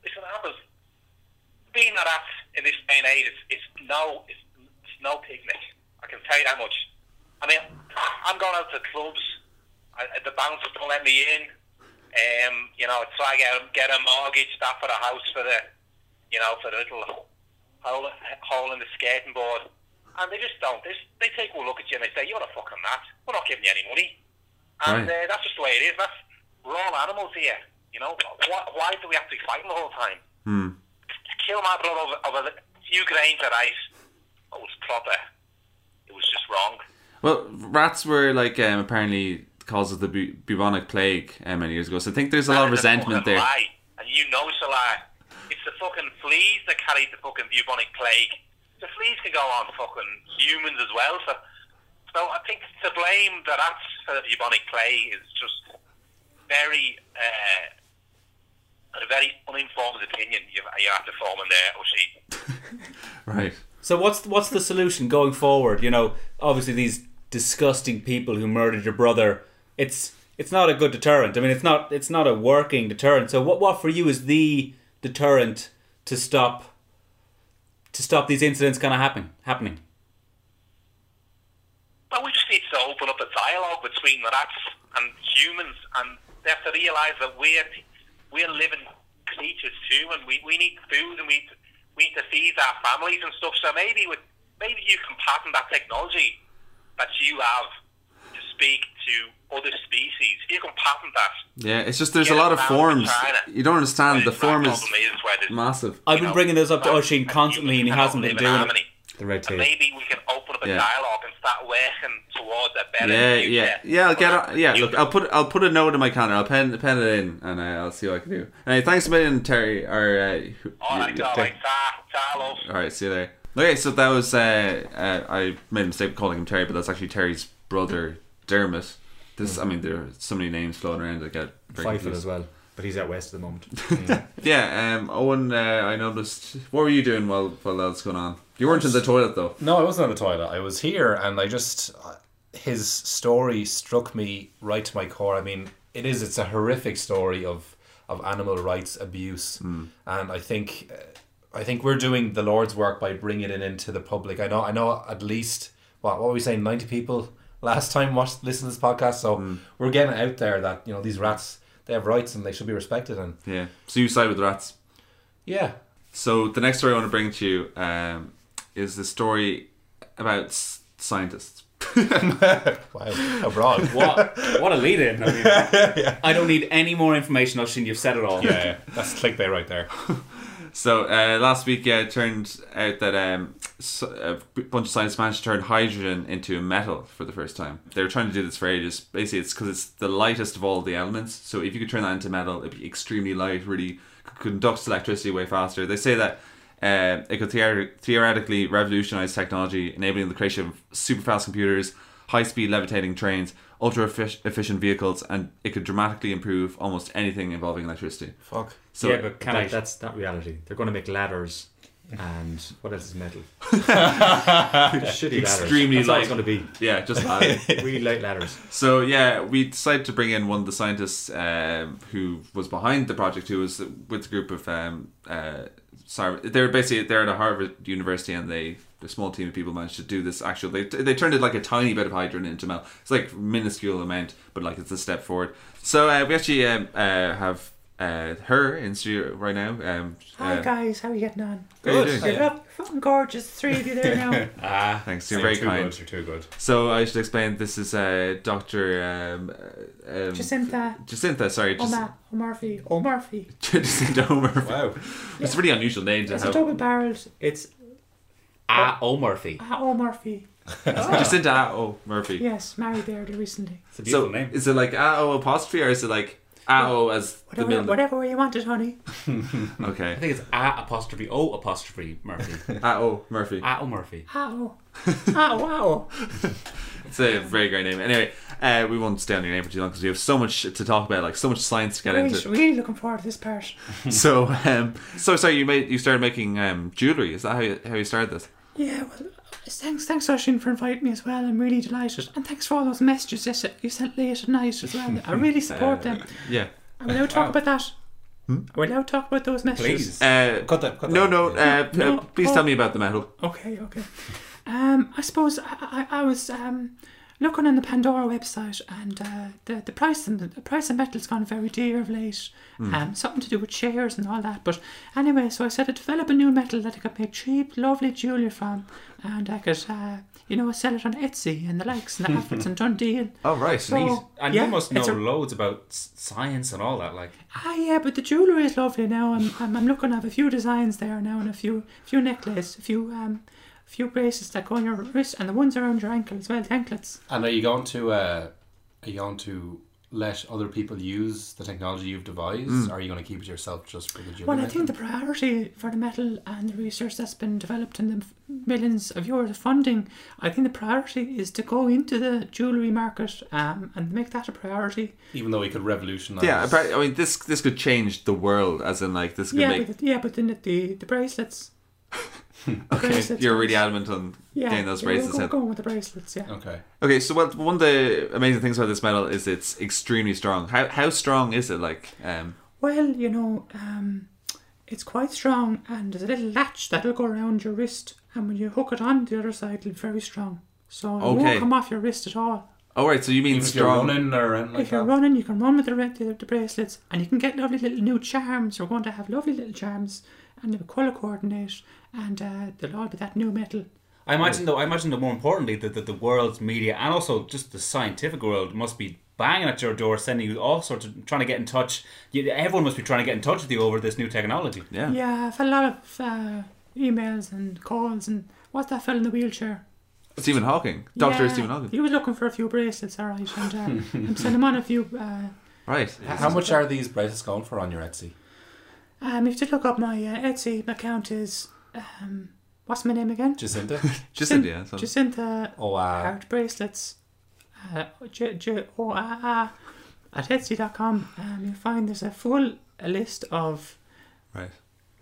[SPEAKER 6] Listen, I was being a rat in this day and age. It's, it's no, it's, it's no picnic. I can tell you that much. I mean, I'm going out to clubs. I, uh, the bouncers don't let me in. Um, you know, I try to get, get a mortgage, that for the house, for the, you know, for the little hole, hole in the skating board. And they just don't. They, just- they take one look at you and they say, you're a fucking rat. We're not giving you any money. And
[SPEAKER 1] Right.
[SPEAKER 6] uh, that's just the way it is. That's, we're all animals here. You know, why, why do we have to be fighting the whole time? To kill my brother over, over a few grains of rice, it was oh, proper. It was just wrong.
[SPEAKER 1] well, rats were like um, apparently the cause of the bu- bubonic plague uh, many years ago. So I think there's a lot of
[SPEAKER 6] It's a
[SPEAKER 1] resentment
[SPEAKER 6] fucking
[SPEAKER 1] there.
[SPEAKER 6] Lie, and you know it's a lie. It's the fucking fleas that carried the fucking bubonic plague. The fleas can go on fucking humans as well. So, so I think to blame the rats for the bubonic plague is just very, uh, a very uninformed opinion you, you have to form in there, Ushi.
[SPEAKER 1] Right.
[SPEAKER 2] So what's what's the solution going forward? You know, obviously these disgusting people who murdered your brother. It's it's not a good deterrent. I mean, it's not it's not a working deterrent. So what what for you is the deterrent to stop to stop these incidents kind of happen happening?
[SPEAKER 6] But we just need to open up a dialogue between the rats and humans, and they have to realise that we're we're living creatures too, and we, we need food and we we need to feed our families and stuff. So maybe with maybe you can patent that technology that you have to speak to other species. You can patent that.
[SPEAKER 1] Yeah, it's just there's a
[SPEAKER 6] Yeah,
[SPEAKER 1] lot of
[SPEAKER 6] rats in
[SPEAKER 1] forms.
[SPEAKER 6] China.
[SPEAKER 1] You don't understand. The
[SPEAKER 6] My
[SPEAKER 1] form is
[SPEAKER 6] problem is where there's-
[SPEAKER 1] massive.
[SPEAKER 2] I've been
[SPEAKER 6] know,
[SPEAKER 2] bringing this up to
[SPEAKER 6] rats
[SPEAKER 2] Oshin
[SPEAKER 6] and
[SPEAKER 2] constantly, and he
[SPEAKER 6] humans
[SPEAKER 2] hasn't
[SPEAKER 6] cannot
[SPEAKER 2] been
[SPEAKER 6] live
[SPEAKER 2] doing
[SPEAKER 6] in
[SPEAKER 2] it.
[SPEAKER 6] harmony.
[SPEAKER 2] The red
[SPEAKER 6] And maybe we can open up a
[SPEAKER 1] Yeah.
[SPEAKER 6] dialogue and start working towards a better
[SPEAKER 1] Yeah,
[SPEAKER 6] future.
[SPEAKER 1] yeah, yeah. I'll get.
[SPEAKER 6] But
[SPEAKER 1] On, yeah,
[SPEAKER 6] you
[SPEAKER 1] look, I'll put. I'll put a note in my calendar. I'll pen pen it in, and uh, I'll see what I can do. Anyway, thanks a million, Terry. Or uh, who-
[SPEAKER 6] All right,
[SPEAKER 1] you-
[SPEAKER 6] all
[SPEAKER 1] thank-
[SPEAKER 6] right, ta, ta, love.
[SPEAKER 1] all right, see you there. Okay, so that was. Uh, uh, I made a mistake calling him Terry, but that's actually Terry's brother, Dermot. This, I mean, there are so many names floating around. I get very
[SPEAKER 4] Fifle
[SPEAKER 1] confused.
[SPEAKER 4] as well, but he's out west at the moment.
[SPEAKER 1] Yeah, um, Owen. Uh, I noticed. What were you doing while while that was going on? You weren't in the toilet though.
[SPEAKER 3] No, I wasn't on the toilet. I was here, and I just his story struck me right to my core. I mean, it is. It's a horrific story of of animal rights abuse. And I think uh, I think we're doing the Lord's work by bringing it into the public. I know I know at least what what were we saying ninety people last time watched listened to this podcast. So we're getting it out there that you know these rats they have rights and they should be respected. And
[SPEAKER 1] Yeah. So you side with the rats.
[SPEAKER 3] yeah,
[SPEAKER 1] So the next story I want to bring to you um, is the story about s- scientists.
[SPEAKER 3] wow, how broad.
[SPEAKER 5] What, what a lead in. I, mean, I don't need any more information, Oshin. You've said it all.
[SPEAKER 7] Yeah,
[SPEAKER 3] uh,
[SPEAKER 7] yeah, that's clickbait right there.
[SPEAKER 1] So uh, last week, yeah, it turned out that um, s- a bunch of scientists managed to turn hydrogen into a metal for the first time. They were trying to do this for ages. Basically, it's because it's the lightest of all the elements. So if you could turn that into metal, it'd be extremely light. Really c- conducts electricity way faster. They say that uh, it could theor- theoretically revolutionize technology, enabling the creation of super fast computers, high speed levitating trains, ultra effic- efficient vehicles, and it could dramatically improve almost anything involving electricity.
[SPEAKER 3] Fuck.
[SPEAKER 1] So
[SPEAKER 5] yeah, but can I?
[SPEAKER 4] That, that's that reality. They're going to make ladders, and what else is metal? Shitty ladders.
[SPEAKER 1] Extremely
[SPEAKER 4] that's all it's
[SPEAKER 1] light.
[SPEAKER 4] going to
[SPEAKER 1] yeah, just add
[SPEAKER 4] be. Really light ladders.
[SPEAKER 1] So yeah, we decided to bring in one of the scientists um, who was behind the project, who was with a group of um, uh, sorry, they were basically they're at a Harvard University, and they a small team of people managed to do this. Actual, they they turned it like a tiny bit of hydrogen into metal. It's like minuscule amount, but like it's a step forward. So uh, we actually um, uh, have uh, her in studio right now. Um, Hi guys, how are you getting on? Good.
[SPEAKER 7] Ah,
[SPEAKER 1] Thanks, you're very
[SPEAKER 7] too
[SPEAKER 1] kind.
[SPEAKER 7] Good, you're too good.
[SPEAKER 1] So I should explain. This is uh, Doctor um, um, Jacinta. Oh, Jacinta, sorry, Jac-
[SPEAKER 8] O'Murphy. O'Murphy.
[SPEAKER 1] Jacinta Homer.
[SPEAKER 7] Wow.
[SPEAKER 1] It's a pretty unusual name to
[SPEAKER 8] It's a
[SPEAKER 1] have.
[SPEAKER 8] double barreled.
[SPEAKER 5] It's Ah O'Murphy.
[SPEAKER 8] Ah, O'Murphy.
[SPEAKER 1] Jacinta Ah Oh Murphy.
[SPEAKER 8] Yes, married Baird recently.
[SPEAKER 5] It's a
[SPEAKER 1] so
[SPEAKER 5] beautiful name.
[SPEAKER 1] is it like Ah Oh apostrophe or is it like Ah Oh as the
[SPEAKER 8] Whatever,
[SPEAKER 1] middle?
[SPEAKER 8] whatever way you want it, honey.
[SPEAKER 5] I
[SPEAKER 1] Okay.
[SPEAKER 5] think it's Ah apostrophe O apostrophe Murphy.
[SPEAKER 1] Ah Oh Murphy.
[SPEAKER 5] ah O'Murphy.
[SPEAKER 8] Ah, oh. ah, wow.
[SPEAKER 1] It's a very great name. Anyway, uh, we won't stay on your name for too long because we have so much to talk about, like so much science to get
[SPEAKER 8] Really,
[SPEAKER 1] into.
[SPEAKER 8] really looking forward to this part.
[SPEAKER 1] So, um, so sorry, you made you started making um, jewelry. Is that how you, how you started this?
[SPEAKER 8] Yeah, well, thanks, thanks, Oshin, for inviting me as well. I'm really delighted. And thanks for all those messages yes, that you sent late at night as well. I really support them.
[SPEAKER 1] Yeah.
[SPEAKER 8] Are we allowed to talk about that? Are we allowed to talk about those messages?
[SPEAKER 5] Please.
[SPEAKER 1] Uh,
[SPEAKER 3] Cut that. Cut that.
[SPEAKER 1] no, no. Uh,
[SPEAKER 8] No.
[SPEAKER 1] uh, please tell me about the metal.
[SPEAKER 8] Okay, okay. Um, I suppose I, I, I was um, looking on the Pandora website, and uh, the the price and the price of metal's gone very dear of late.
[SPEAKER 5] Hmm.
[SPEAKER 8] Um, something to do with shares and all that. But anyway, so I said I develop a new metal that I could make cheap, lovely jewelry from, and I could uh, you know sell it on Etsy and the likes and the efforts and done deal.
[SPEAKER 1] Oh right.
[SPEAKER 8] So,
[SPEAKER 5] And
[SPEAKER 8] yeah,
[SPEAKER 5] you must know
[SPEAKER 8] it's a-
[SPEAKER 5] loads about s- science and all that. Like,
[SPEAKER 8] Ah, yeah, but the jewellery is lovely now. I'm, I'm, I'm looking. I have a few designs there now, and a few, few necklaces, a few, um, a few bracelets that go on your wrist, and the ones around your ankle as well, the anklets.
[SPEAKER 3] And are you going to uh, are you going to let other people use the technology you've devised? Or are you going to keep it yourself just for the jewelry?
[SPEAKER 8] Well, I think the priority for the metal and the research that's been developed and the f- millions of euros of funding, I think the priority is to go into the jewellery market, um, and make that a priority.
[SPEAKER 3] even though we could revolutionise.
[SPEAKER 1] Yeah, apparently, I mean this this could change the world, as in like this could
[SPEAKER 8] Yeah,
[SPEAKER 1] make.
[SPEAKER 8] but, the- yeah, but then the the, the bracelets. The bracelets,
[SPEAKER 1] You're really
[SPEAKER 8] guys.
[SPEAKER 1] adamant on getting those
[SPEAKER 8] yeah, we're
[SPEAKER 1] braces.
[SPEAKER 8] go-
[SPEAKER 1] out.
[SPEAKER 8] going with the bracelets, yeah.
[SPEAKER 3] Okay.
[SPEAKER 1] Okay, so well, one of the amazing things about this metal is it's extremely strong. How how strong is it? Like, um,
[SPEAKER 8] Well, you know, um, it's quite strong, and there's a little latch that'll go around your wrist, and when you hook it on the other side, it'll be very strong. So it
[SPEAKER 1] Okay.
[SPEAKER 8] won't come off your wrist at all.
[SPEAKER 1] oh right, so you mean
[SPEAKER 3] Even if you're
[SPEAKER 1] strong?
[SPEAKER 3] running or anything like
[SPEAKER 8] if you're
[SPEAKER 3] that.
[SPEAKER 8] running, you can run with the, re- the, the bracelets, and you can get lovely little new charms. You're going to have lovely little charms, and they'll colour coordinate, and uh, they'll all be that new metal.
[SPEAKER 5] I imagine though, I imagine though, more importantly, that the, the world's media and also just the scientific world must be banging at your door, sending you all sorts of trying to get in touch. You, everyone must be trying to get in touch with you over this new technology.
[SPEAKER 1] yeah.
[SPEAKER 8] Yeah, I've had a lot of uh, emails and calls, and what's that fella in the wheelchair?
[SPEAKER 1] Stephen Hawking, Doctor
[SPEAKER 8] Yeah,
[SPEAKER 1] Stephen Hawking.
[SPEAKER 8] He was looking for a few bracelets, all right, and uh, I'm sending him on a few. Uh,
[SPEAKER 1] Right.
[SPEAKER 3] H- How much are these bracelets going for on your Etsy?
[SPEAKER 8] Um, if you just look up my uh, Etsy account is um, what's my name again?
[SPEAKER 3] Jacinta?
[SPEAKER 1] Just India. So.
[SPEAKER 8] Jacinta
[SPEAKER 3] oh, uh,
[SPEAKER 8] Heart Bracelets. Uh, J J O A A at Etsy.com. Um, you'll find there's a full uh list of
[SPEAKER 1] Right.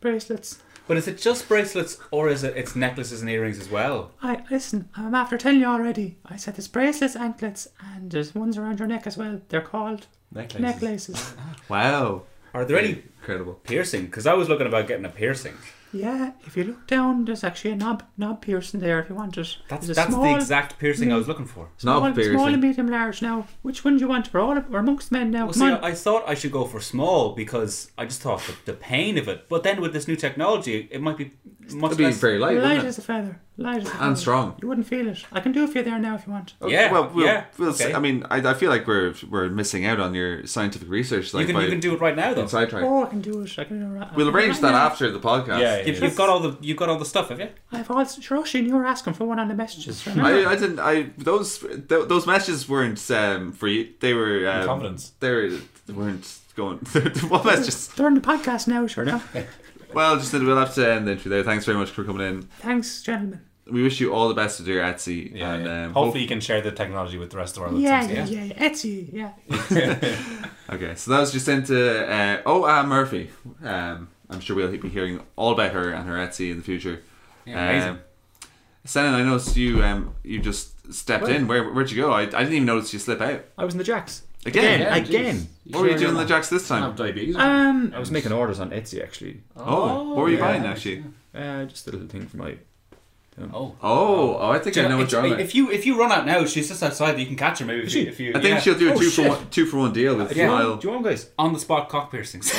[SPEAKER 8] bracelets.
[SPEAKER 5] But is it just bracelets, or is it it's necklaces and earrings as well?
[SPEAKER 8] I listen. I'm after telling you already. I said there's bracelets, anklets, and there's ones around your neck as well. They're called
[SPEAKER 3] necklaces.
[SPEAKER 8] necklaces.
[SPEAKER 1] Wow.
[SPEAKER 5] Are there any
[SPEAKER 1] Incredible.
[SPEAKER 5] piercing? Because I was looking about getting a piercing.
[SPEAKER 8] Yeah, if you look down, there's actually a knob knob piercing there if you want it.
[SPEAKER 5] That's
[SPEAKER 8] There's a
[SPEAKER 5] that's the
[SPEAKER 8] small- Mm.
[SPEAKER 5] exact piercing I was looking for.
[SPEAKER 8] small,
[SPEAKER 1] Snob
[SPEAKER 8] small and
[SPEAKER 1] piercing.
[SPEAKER 8] medium large now. Which one do you want? We're all we're amongst men now.
[SPEAKER 5] Well,
[SPEAKER 8] Come
[SPEAKER 5] see,
[SPEAKER 8] on.
[SPEAKER 5] I thought I should go for small because I just thought the, the pain of it. But then with this new technology, it might be much
[SPEAKER 1] That'd be
[SPEAKER 5] less.
[SPEAKER 1] very light,
[SPEAKER 8] Light
[SPEAKER 1] wouldn't it?
[SPEAKER 8] as a feather. Light as a feather.
[SPEAKER 1] And strong.
[SPEAKER 8] You wouldn't feel it. I can do it for you there now if you want.
[SPEAKER 5] yeah,
[SPEAKER 1] Well, we'll,
[SPEAKER 5] yeah.
[SPEAKER 1] we'll s-
[SPEAKER 5] okay.
[SPEAKER 1] I mean, I, I feel like we're we're missing out on your scientific research. Like
[SPEAKER 5] you can
[SPEAKER 1] by
[SPEAKER 5] you can do it right now though.
[SPEAKER 1] being sidetracked.
[SPEAKER 8] Oh, I can do it. I can do it. right-
[SPEAKER 1] We'll
[SPEAKER 8] I can do it
[SPEAKER 1] arrange
[SPEAKER 8] right
[SPEAKER 1] that
[SPEAKER 8] now.
[SPEAKER 1] after the podcast.
[SPEAKER 3] Yeah, yeah.
[SPEAKER 5] You've, you've got all the you've got all the stuff, have you?
[SPEAKER 8] I've also, Roisin, you were asking for one on the messages. remember?
[SPEAKER 1] I, I didn't. I those th- those messages weren't um, for you. They were um,
[SPEAKER 3] confidence.
[SPEAKER 1] They were, they weren't going. what messages?
[SPEAKER 8] They're on the podcast now, sure enough.
[SPEAKER 1] Well, just we'll have to end the interview there. Thanks very much for coming in.
[SPEAKER 8] Thanks, gentlemen.
[SPEAKER 1] We wish you all the best with your Etsy.
[SPEAKER 3] Yeah,
[SPEAKER 1] and,
[SPEAKER 3] yeah.
[SPEAKER 1] Um, hope-
[SPEAKER 3] Hopefully, you can share the technology with the rest of our
[SPEAKER 8] Yeah,
[SPEAKER 3] listeners.
[SPEAKER 8] yeah, yeah, yeah. Etsy, yeah.
[SPEAKER 1] Okay, so that was just sent to uh, Oh Ah Murphy. Um, I'm sure we'll be hearing all about her and her Etsy in the future.
[SPEAKER 5] Yeah, amazing.
[SPEAKER 1] Um, Senan, I noticed you um, you just stepped in. Where where'd you go? I, I didn't even notice you slip out
[SPEAKER 4] I was in the Jacks.
[SPEAKER 1] again.
[SPEAKER 4] Again. Again.
[SPEAKER 1] What were you doing in the jacks this
[SPEAKER 9] I
[SPEAKER 1] time?
[SPEAKER 9] have diabetes.
[SPEAKER 8] Um,
[SPEAKER 4] I was making orders on Etsy actually.
[SPEAKER 1] Oh, what were you buying actually?
[SPEAKER 4] Uh, just a little thing for my.
[SPEAKER 5] Oh,
[SPEAKER 1] Oh, oh, I think I know what
[SPEAKER 5] if,
[SPEAKER 1] you're on. about.
[SPEAKER 5] if you if you run out now, she's just outside. You can catch her maybe. If you, if you
[SPEAKER 1] I think
[SPEAKER 5] yeah.
[SPEAKER 1] she'll do a
[SPEAKER 4] Oh,
[SPEAKER 1] two for
[SPEAKER 4] shit.
[SPEAKER 1] one, two for one deal with
[SPEAKER 5] yeah.
[SPEAKER 1] Smile.
[SPEAKER 4] Do you want them, guys?
[SPEAKER 5] on the spot cock piercings.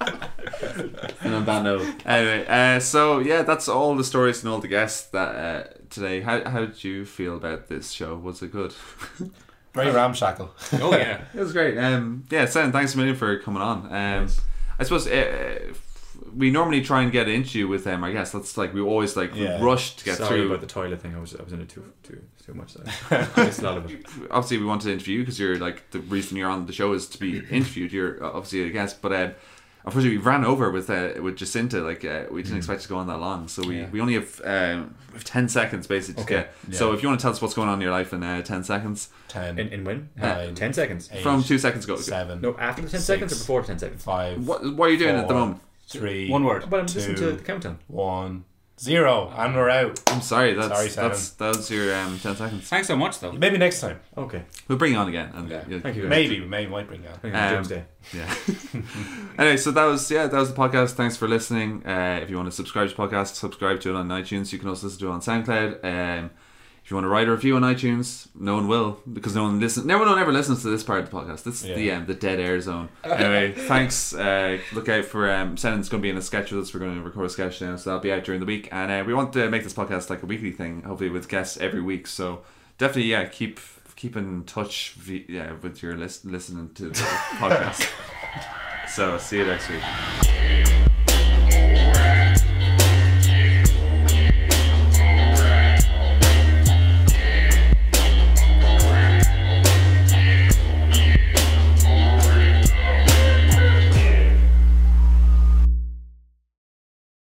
[SPEAKER 1] And on that note, anyway, uh, so yeah, that's all the stories and all the guests that uh, today. How how did you feel about this show? Was it good?
[SPEAKER 3] Very ramshackle.
[SPEAKER 5] oh yeah.
[SPEAKER 1] It was great. Um, yeah, Sam, thanks a million for coming on. Um, I suppose uh, f- we normally try and get into you with them. I guess that's like we always like
[SPEAKER 3] Yeah.
[SPEAKER 1] rush to get
[SPEAKER 4] Sorry
[SPEAKER 1] through.
[SPEAKER 4] about the toilet thing. I was I was in it too too too much. So I missed a lot of it.
[SPEAKER 1] obviously, we want to interview you because you're like the reason you're on the show is to be interviewed. You're obviously a guest, but um, unfortunately, we ran over with uh, with Jacinta. Like uh, we
[SPEAKER 4] Mm.
[SPEAKER 1] didn't expect to go on that long, so we, we only have um, we have ten seconds basically. To get. So if you want to tell us what's going on in your life in uh, ten seconds,
[SPEAKER 3] Ten.
[SPEAKER 4] In, in when?
[SPEAKER 3] Nine.
[SPEAKER 4] ten seconds.
[SPEAKER 3] eight,
[SPEAKER 1] from two seconds ago,
[SPEAKER 3] Seven.
[SPEAKER 5] uh,
[SPEAKER 4] No, after the ten
[SPEAKER 3] six,
[SPEAKER 4] seconds or before ten seconds.
[SPEAKER 3] Five.
[SPEAKER 1] what what are you doing at the
[SPEAKER 3] four,
[SPEAKER 1] moment?
[SPEAKER 3] Three.
[SPEAKER 5] One word.
[SPEAKER 4] But I'm listening
[SPEAKER 3] Two.
[SPEAKER 4] to the countdown.
[SPEAKER 3] One. Zero. And we're out.
[SPEAKER 1] I'm sorry, that's
[SPEAKER 3] Sorry, Simon.
[SPEAKER 1] that's that was your um, ten seconds.
[SPEAKER 5] Thanks so much though.
[SPEAKER 3] Maybe next time.
[SPEAKER 4] Okay.
[SPEAKER 1] We'll bring you on again. And
[SPEAKER 3] Yeah.
[SPEAKER 1] you'll-
[SPEAKER 4] Thank you. guys.
[SPEAKER 3] Maybe. Maybe we might bring you on.
[SPEAKER 4] Thank you.
[SPEAKER 1] Um,
[SPEAKER 4] James Day.
[SPEAKER 1] Yeah. anyway, so that was yeah, that was the podcast. Thanks for listening. Uh, if you want to subscribe to the podcast, subscribe to it on iTunes. You can also listen to it on SoundCloud. Um, if you want to write a review on iTunes, no one will because no one listens. No one ever listens to this part of the podcast. This is the
[SPEAKER 3] Yeah.
[SPEAKER 1] um, the dead air zone. Anyway, thanks. Uh, look out for um, Senan's going to be in a sketch with us. We're going to record a sketch now, so that'll be out during the week. And uh, we want to make this podcast like a weekly thing, hopefully with guests every week. So definitely, yeah, keep keep in touch. v- Yeah, with your list listening to the podcast. So see you next week.